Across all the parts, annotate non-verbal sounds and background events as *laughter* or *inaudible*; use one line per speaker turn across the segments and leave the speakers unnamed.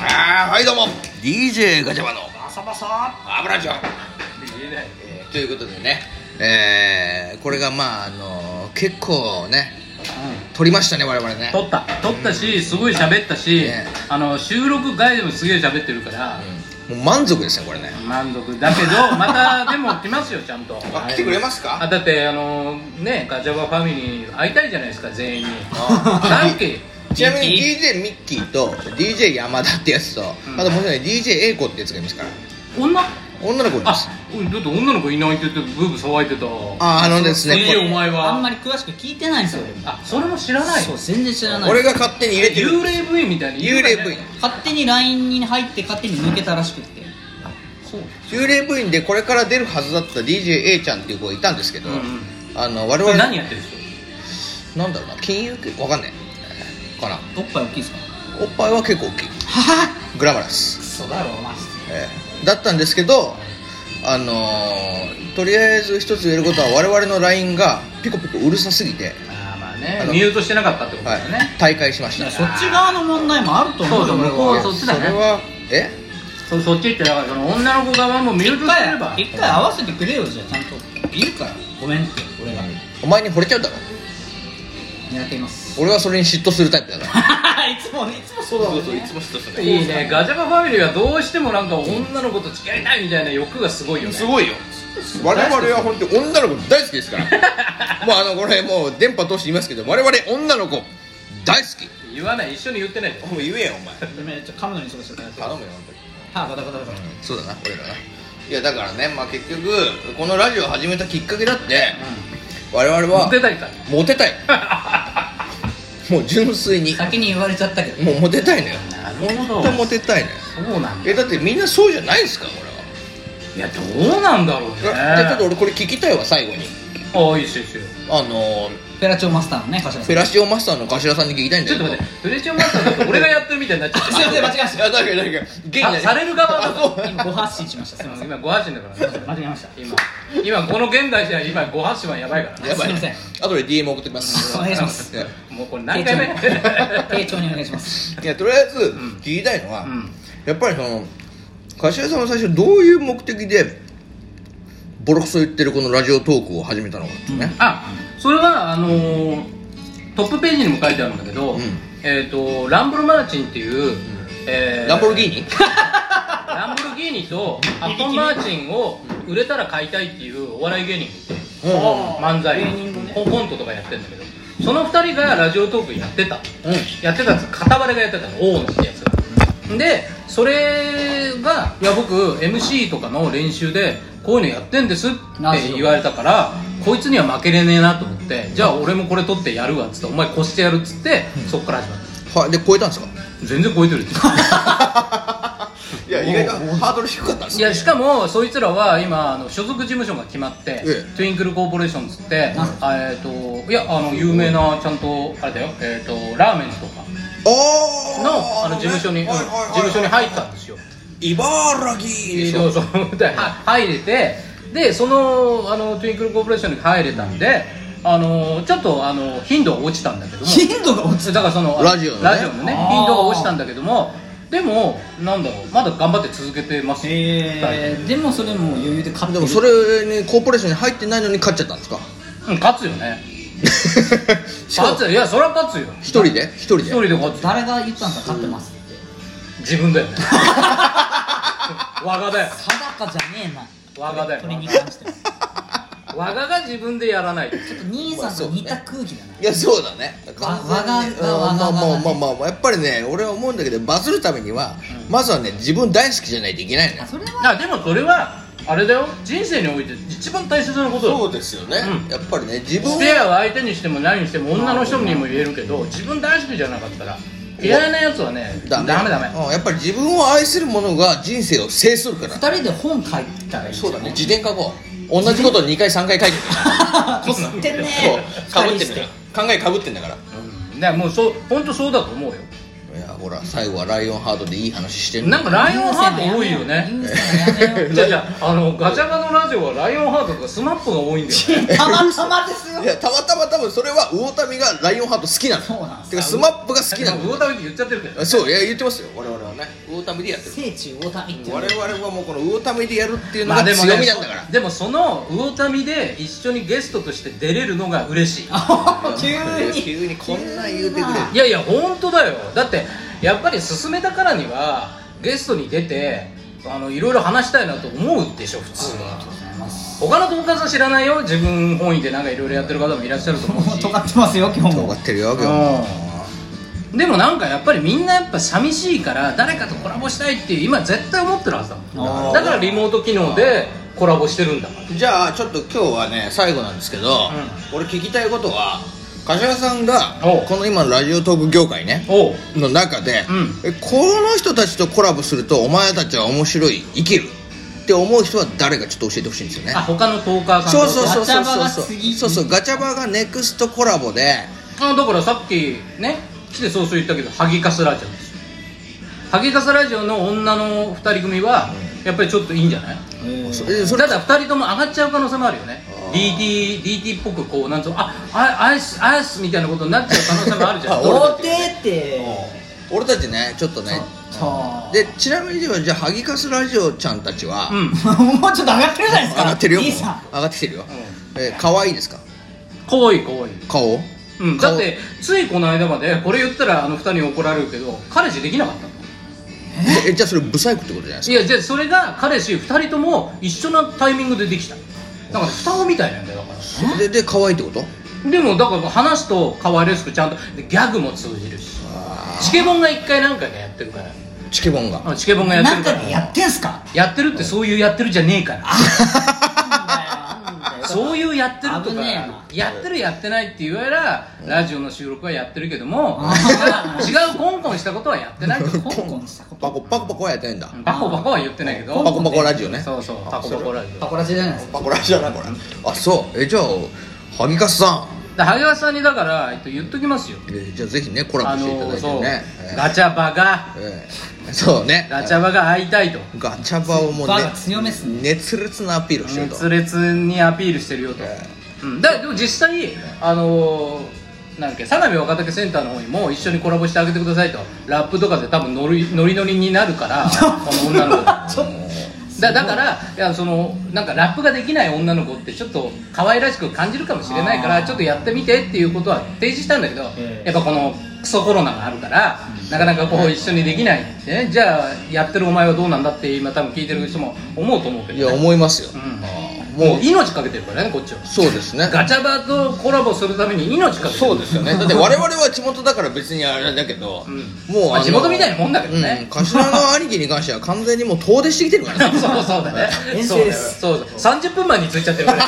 あーはいどうも DJ ガチャバの
バサバサ
油ちゃん、
言えない
えーということでねえー、これがまああの結構ね撮りましたね我々ね
撮った撮ったしすごい喋ったし、
ね
あの収録外でもすげえ喋ってるから、
もう満足ですねこれね
満足だけ
*laughs*
どまたでも来ますよちゃんと
あ来てくれますか
あだってあのねガチャバファミリー会いたいじゃないですか全員に
あー
何期
ちなみに DJ ミッキーと DJ 山田ってやつと、
ん
あともう一人 DJ 英子ってやつがいますから
女
女の子で
あ
す
だって女の子いないって言ってブーブー騒いでた
ああのですね
いいよお前は
あんまり詳しく聞いてないんですよ
あそれも知らない
そう全然知らない
俺が勝手に入れてる
幽霊部員みたいに
幽霊部員
勝手に LINE に入って勝手に抜けたらしくってそう
幽霊部員でこれから出るはずだった DJA ちゃんっていう子がいたんですけど、
うんうん
あの我
これ
々
何やってるんですか
なんだろうな金融系わかんないかな
おっぱい大きいですか
おっぱいは結構大きい
はは
グラマラス、
クソだろマジ
ええだったんですけどあのーとりあえず一つ言えることは我々の LINE がピコピコうるさすぎて、
あーまあ
あ
ね
の
ミュートしてなかったってこと
は
だ
い
よね、
大会しまし
で
た
そっち側の問題もあると思
そ
うよ
うだ
俺
向こう
は
そっちだね
れはえ
そそっち行ってだからその女の子側もミュー
一
トしてれば
回一回合わせてくれよじゃあちゃんと言うからごめんって俺が
お前に惚れちゃうだろ
狙っています
*laughs* 俺はそれに嫉妬するタイプだから
いつもいつもそうだもんね
いいねガチャバファミリーはどうしてもなんか女の子と付き合いたいみたいな欲がすごいよね
すごいよ
我々は本当に女の子大好きですからもうあのこれもう電波通して言いますけど我々女の子大好き
*laughs* 言わない一緒に言ってない
もう言えよお前
ごめんちょっと噛むのに忙しいから
頼むよ
歯ガタガタガタガタ
そうだな俺だないやだからねまあ結局このラジオを始めたきっかけだって、我々
言
は
ってたりか
モテたいもう純粋に
先に言われちゃったけど
もうモテたいのよ
なる
本当モテたいのよ
そうなんだ
えだってみんなそうじゃないですか俺はい
やどうなんだろうね
じゃあちょっと俺これ聞きたいわ最後に
ああいいっすよいいっすよ
あのー
フェラチオマスターのね頭
フェラシオマスターの頭さんに聞きたいんだ
ちょ
け
っ
ど
と待ってフレチオマスターだと俺がやってるみたいになっちゃって
すいません間違えまし
い
た
やだけどだけど元気
あ
ない
される側だぞ
今ご発信しましたすいません
今ご発信だからね
間違え
*laughs*
ました
今今この現代じゃ今ご発信はやばいからね
やばいね
すいま
あとで DM 送ってきます
お願いします
や
もうこれ何回
丁
目
重 *laughs* に丁重にお願いします
いやとりあえず
ん
聞きたいのは、
うん
やっぱりその柏さんは最初どういう目的でボロクソ言ってるこのラジオトークを始めたのかってね、
あそれはあのートップページにも書いてあるんだけど、
うん
えっ、とランボルマーチンっていう、えー
ランボルギーニ
ランボルギーニとアットンマーチンを売れたら買いたいっていうお笑い芸人がいて
うん
漫才ココントとかやってんだけどその2人がラジオトークやってた、
うん
やってたっつうか片割れがやってたの大野ってやつがでそれがいや僕 MC とかの練習でこういうのやってんですって言われたからこいつには負けれねえなと思ってじゃあ俺もこれ取ってやるわっつってお前越してやるっつってそっから始まった
はいで超えたんですか
全然超えてる
*laughs*
って
いや意外とハードル低かったんで
いやしかもそいつらは今あの所属事務所が決まって、
え
トゥインクルコーポレーションっつって
なん
あえー、といやあの有名なちゃんとあれだよ、えー、とラーメンズとか
あ
のあの事務所に、うん事務所に入ったんですよ
茨
えー
城
そうそうは入れてでそのあのトゥインクルコーポレーションに入れたんであのちょっとあの頻度が落ちたんだけども
頻度が落ち
だからその
ラジオのね
ラジオのね
あー
頻度が落ちたんだけどもでもなんだろうまだ頑張って続けてますよ
えー、でもそれもう余裕で勝って
で
る
もそれにコーポレーションに入ってないのに勝っちゃったんですか
うん勝つよね
*laughs* しかも
勝ついやそりゃ勝つよ
*laughs* 一人で一人で
一人で勝つよ
誰が言ったんですか勝ってますって
自分だよね我がだよ
定かじゃねえな
我がだよ
これに関してはち
我がが自分でやらない
ょっと兄さんと似た空気だない
やそうだね
わわが
うん
わが
まあ
わが
まあまあまあ、やっぱりね俺は思うんだけどバズるためには、まずはね自分大好きじゃないといけないのよ
あそれは
あでもそれはあれだよ人生において一番大切なことだよ
うですよね
うん
やっぱりね自分
スペアは相手にしても何にしても女の人にも言えるけど自分大好きじゃなかったら嫌いなやつはねダメダメ
うん、やっぱり自分を愛する者が人生を制するから
二人で本書いたらいい
そうだね自伝書こう同じことを2回3回書いて *laughs*
こすってんね
みるこうかぶっ
二人
て
し
みる考えかぶってんだから
うんだからもうそう本当そうだと思うよ
いやほら最後はライオンハートでいい話してるの
なんかライオンハート多いよね
ユースさんやめよう
じゃあじゃああのガチャガのラジオはライオンハートとかスマップが多いんだよね
たまたまですよ
いやたまたま多分それは魚民がライオンハート好きなの
そうなんです
てかスマップが好きな
なんか
の
魚旅って言っちゃってるけど
そういや言ってますよ我々はね魚民でやってる
聖地大民っていうの
我々はもうこの魚民でやるっていうのが強みなんだから、
でもその魚民で一緒にゲストとして出れるのが嬉しい
あ急に
急にこんなん言うてくれ
急ない
やいや本当だよだってやっぱり進めたからにはゲストに出てあのいろいろ話したいなと思うでしょ普通は
ございます
他の友達は知らないよ自分本位でなんかいろいろやってる方もいらっしゃると思う
もう
し
尖ってますよ今日
分
も
かってるよ今日
うんでもなんかやっぱりみんなやっぱ寂しいから誰かとコラボしたいっていう今絶対思ってるはずだも
あ
ん
ー
だからリモート機能でコラボしてるんだから
じゃあちょっと今日はね最後なんですけど、俺聞きたいことは柏さんが
おう
この今ラジオトーク業界ね
おう
の中で、
うん
えこの人たちとコラボするとお前たちは面白い生きるって思う人は誰かちょっと教えてほしいんですよね
あ他のトーカーさんと
そ
か
うそうそうそうそう
ガチャバが次
そうそうガチャバがネクストコラボで
あだからさっきね来て早々言ったけどハギカスラジオですよハギカスラジオの女の2人組はやっぱりちょっといいんじゃない
えー
そえそれ
ただ2人とも上がっちゃう可能性もあるよね
あー
DT, DT っぽくこうなんつうのああアイスアイスみたいなことになっちゃう可能性もあるじゃん
あ
どう
童貞って
俺たちねちょっとね
そう
でちなみにじゃあハギカスラジオちゃんたちは、
うん
*laughs* もうちょっと上がってるじゃないです
上
か
がってるよもう
いい
上
さ
がってきてるよ、えー可愛いですか
かわいいかわいい
顔
うん、
顔
だってついこの間までこれ言ったらあの2人に怒られるけど彼氏できなかったの
えじゃあそれブサイクってことじゃないです
いやじゃあそれが彼氏2人とも一緒なタイミングでできただから双子みたいなんだよだから
かでで可愛いってこと
でもだから話すと可愛らしくちゃんとでギャグも通じるしチケボンが1回何回かやってるから
チケボンが
あチケボンがやって
な
る
ん
か
からでやってんすか
やってるってそういうやってるじゃねえからそういうやってると
危
か
ねえな
やってるやってないって言われらラジオの収録はやってるけども
あ
違う違うコンコンしたことはやってないけ
*laughs*
ど
コンコンしたこと
*laughs* パコパコパコはやってないんだ、
バコバコは言ってないけど
パコパコラジオね
そうそうタコパコラジオ
パコラジじゃないですか
パコラジオだなこれあそうえじゃあハギカスさ
で萩原さんにだから、えっと、言っときますよ
んえじゃあぜひねコラ
あ
ボしていた
の
だい
そ
て
う
ね
ガチャバが
えーえーそうね
ガチャバが会いたいと
ガチャバをもう、
バが強めっすね
熱烈なアピールをしてると
熱烈にアピールしてるよと、
え
うん、だでも実際あのーなんだっけ相模若竹センターの方にも一緒にコラボしてあげてくださいとラップとかで多分ノリノリノリにな
*laughs*
るからこの女の子だ
ちょっ
だからいやそのなんかラップができない女の子ってちょっと可愛らしく感じるかもしれないから
あー
ちょっとやってみてっていうことは提示したんだけど、
え
や
え
っぱこのクソコロナがあるから、なかなかこう一緒にできないってねじゃあやってるお前はどうなんだって今多分聞いてる人も思うと思うけ
い
ど、
や
ね、
思いますよ、
うん
あー
も
も
う
う
命かけてるからねこっちは
そうですね
ガチャバとコラボするために命かけてる
そうですよねだって我々は地元だから別にあれだけど、
ん
もう
まあ
の
地元みたいなもんだけどね
うん、頭の兄貴に関しては完全にもう遠出してきてるからね
そうそうだね
遠
そう
征
だ
で
よ
す
そうだ30分前に着いちゃってるから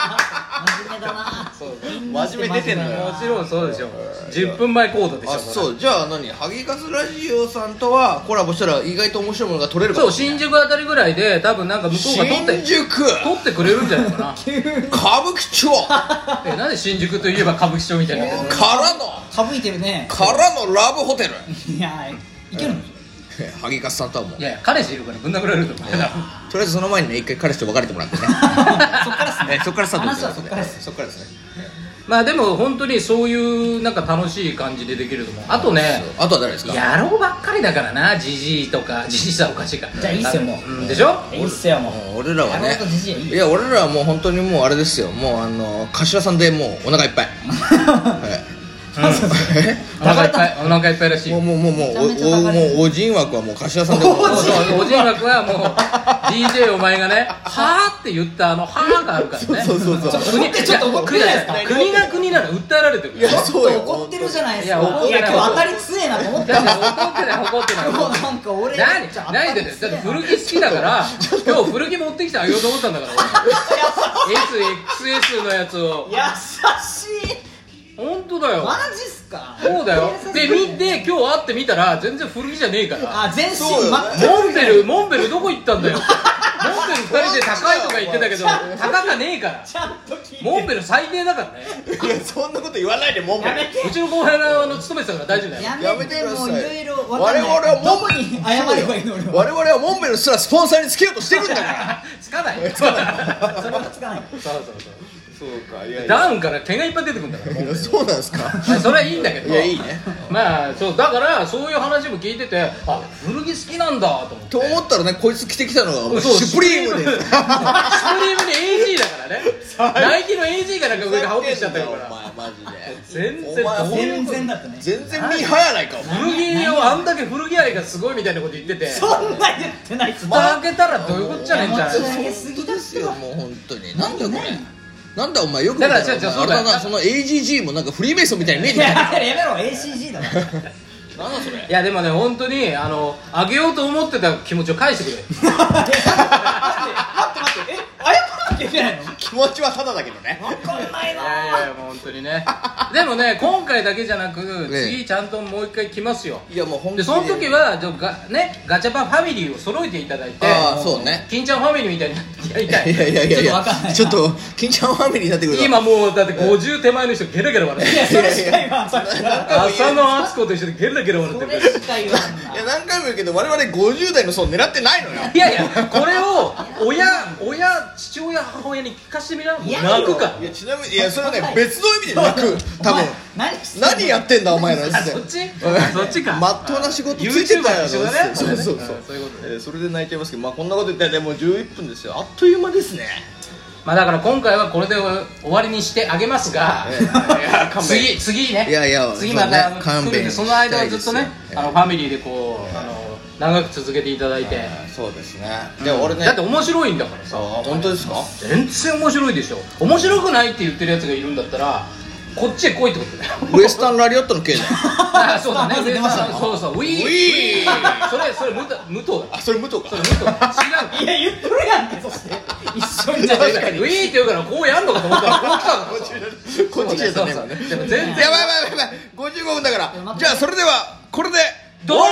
真面目だな
そう
*laughs* 真面目出てんのよ
もちろんそうでしょ10分前コードでしょ
あ
これ
そうじゃあ何ハギカスラジオさんとはコラボしたら意外と面白いものが撮れるか
そ
も
う
しれない
新宿あたりぐらいで多分なんか向こうが撮って
新宿
撮ってくれるんじゃないかな
歌舞
*laughs*
伎町か
えなんで新宿といえば歌舞伎町みたいな
らの
かぶいてるね
からのラブホテル
いやいけるの
ハギカスさんとはもう
いやいや彼氏いるからぶん殴られると思う
とりあえず *laughs* その前にね一回彼氏と別れてもらってね
そっからっす
え
ね
そっからスタート
話はそっからっす
そっからですね
まあでも本当にそういうなんか楽しい感じでできると思うあとね
そうあとは誰ですか
野郎ばっかりだからなじじいとかじじいさんおかしいか
じゃあいいっすよもうん
でしょ
いいっすよもう
もう俺らはね
山本じじいはいい
いや俺らはもう本当にもうあれですよもうあの頭さんでもうお腹いっぱい、は
*laughs*
お腹いっぱいお腹いっぱいらし
い、
い
もうもうもうもうお
めちゃめちゃ
お
抱え
もうおじん枠はもう頭さんで
*laughs*
もう
お
そうそうおじい枠はもう DJ お前がね「はーって言ったあの「はーがあるからね
そうそうそうそう
国
ちょっと怒ってるじゃないですか
や国が国なら訴えられてるから
いやそうよ
怒ってるじゃないです
いや怒
か
っ
い
てな
や
い
今日当たり強えなと思っ
だ
た
って怒ってない怒ってない
もうなんか *laughs* 俺
何
じゃあ
何でだって古着好きだから今日古着持ってきてあげようと思ったんだから俺 SXS のやつを
優しい
本当だよ
マジっすか
そうだよで見
て
て今日会ってみたら全然古着じゃねえから
あ全身
そうよ
真っ
モンベルモンベルどこ行ったんだよモンベル2人で高いとか言ってたけど高がねえから
ちゃんと聞い
モンベル最低だからね
いやそんなこと言わないでモンベル
やめて
うちの後輩のあの勤めてたから大丈夫だよ
や
や
め
めて
て
くだ
もう
さ
い
い
ろいろ分かん
我
ない
々は
ど
モ
こ
ンベル
に謝ればいいの俺は
我々はモンベルすらスポンサーにつけようとしてるんだから
*laughs*
つかないよ
つ
*laughs* そう
かない
それはつかない
そうそう
そうかいやいや
ダウンから毛がいっぱい出てくるんだから
いやそうなんですか
はいそれはいいんだけど
いやいいね
まあそうだからそういう話も聞いててあ古着好きなんだと思って
と思ったらねこいつ着てきたのが
そう
シュプリームで
シュプリームに AG だからねナイキの AG がなんか上で羽織ってきちゃったか
お前
ら
マジで
全然
お前
どういう
全
こと
然だったね
全然ミーハーやないかお前
古着をあんだけ古着愛がすごいみたいなこと言ってて
そんな言ってないっす
蓋開けたらどういうことじゃねえんじゃない
お前上げすぎだ
本当
ってば
ですよもう本当になんだよこれなんだお前よく
だから
見た
違う違う
お前
そうだよ
あれだなその AGG もなんかフリーメイソンみたいに見え
い
てない
ややめろ ACG だから
なんだそれ
いやでもね本当にあのあげようと思ってた気持ちを返してくれ
待って待って待ってえ謝らなきゃいけないの
気持ちはただだけどね
分かんない
い
な
やいやいやもう本当にねでもね今回だけじゃなく
ね
次ちゃんともう一回来ますよ
いやもう本当に
でその時はじゃあが、ね、ガチャパンファミリーを揃えていただいて
ああそうね
金ちゃんファミリーみたいになってやりた
い
い
やいやいやい
ちょっ
や
とわかんないな
ちょっと金ちゃんファミリーになってくると
今もうだって50手前の人ゲラゲラ笑っ
い
てる
やそれしか言わんそれ
浅野敦子と一緒でゲラゲラ笑って
そ
るか
れ
ら
しか言わんない
や何回も言うけど我々50代の層狙ってないのよ
いやいやこれを親親父親母親に聞かしてみなもう
いや
泣くから
いやちなみにいやそれはね別の意味で泣く多分
お前何してんの
何やってんだお前ら
あそっちそっちか
まっとうな仕事ついてたよ
YouTuber と一緒だね
そうそう
そ
そうう
そういうことね
えーそれで泣いちゃいますけどまあこんなこと言ったらねもう11分ですよあっという間ですね
まあだから今回はこれで終わりにしてあげますが
ええいや勘弁
*laughs* 次次ね
いやいや
次また
そうね
来るんでそ
勘弁
の間はずっと
し
ね
たいですよ
あの
え
ファミリーでこう
え
あの長く続けていただいて
あーそうですねで俺ね
だって面白いんだから
あー
さ
本当ですか
全然面白いでしょ面白くないって言ってるやつがいるんだったらこっちへ来いってことだよ
ウエスタンラリオットの *laughs* 系だよ
あそうだね
まず出ましたね
そうそうウィー
ウィー
それそれ武藤武藤だ
あそれ武藤か
それ武藤違う
いや言っとるやんけそして一緒にじゃない
確かにウィーって言うからこうやんのかと思ったらこう来たのか
こっち来てたね
そ
今
うそう
ね
でも全
やばいや
然
ばいやばいやばい55分だからじゃあそれではこれで
ドン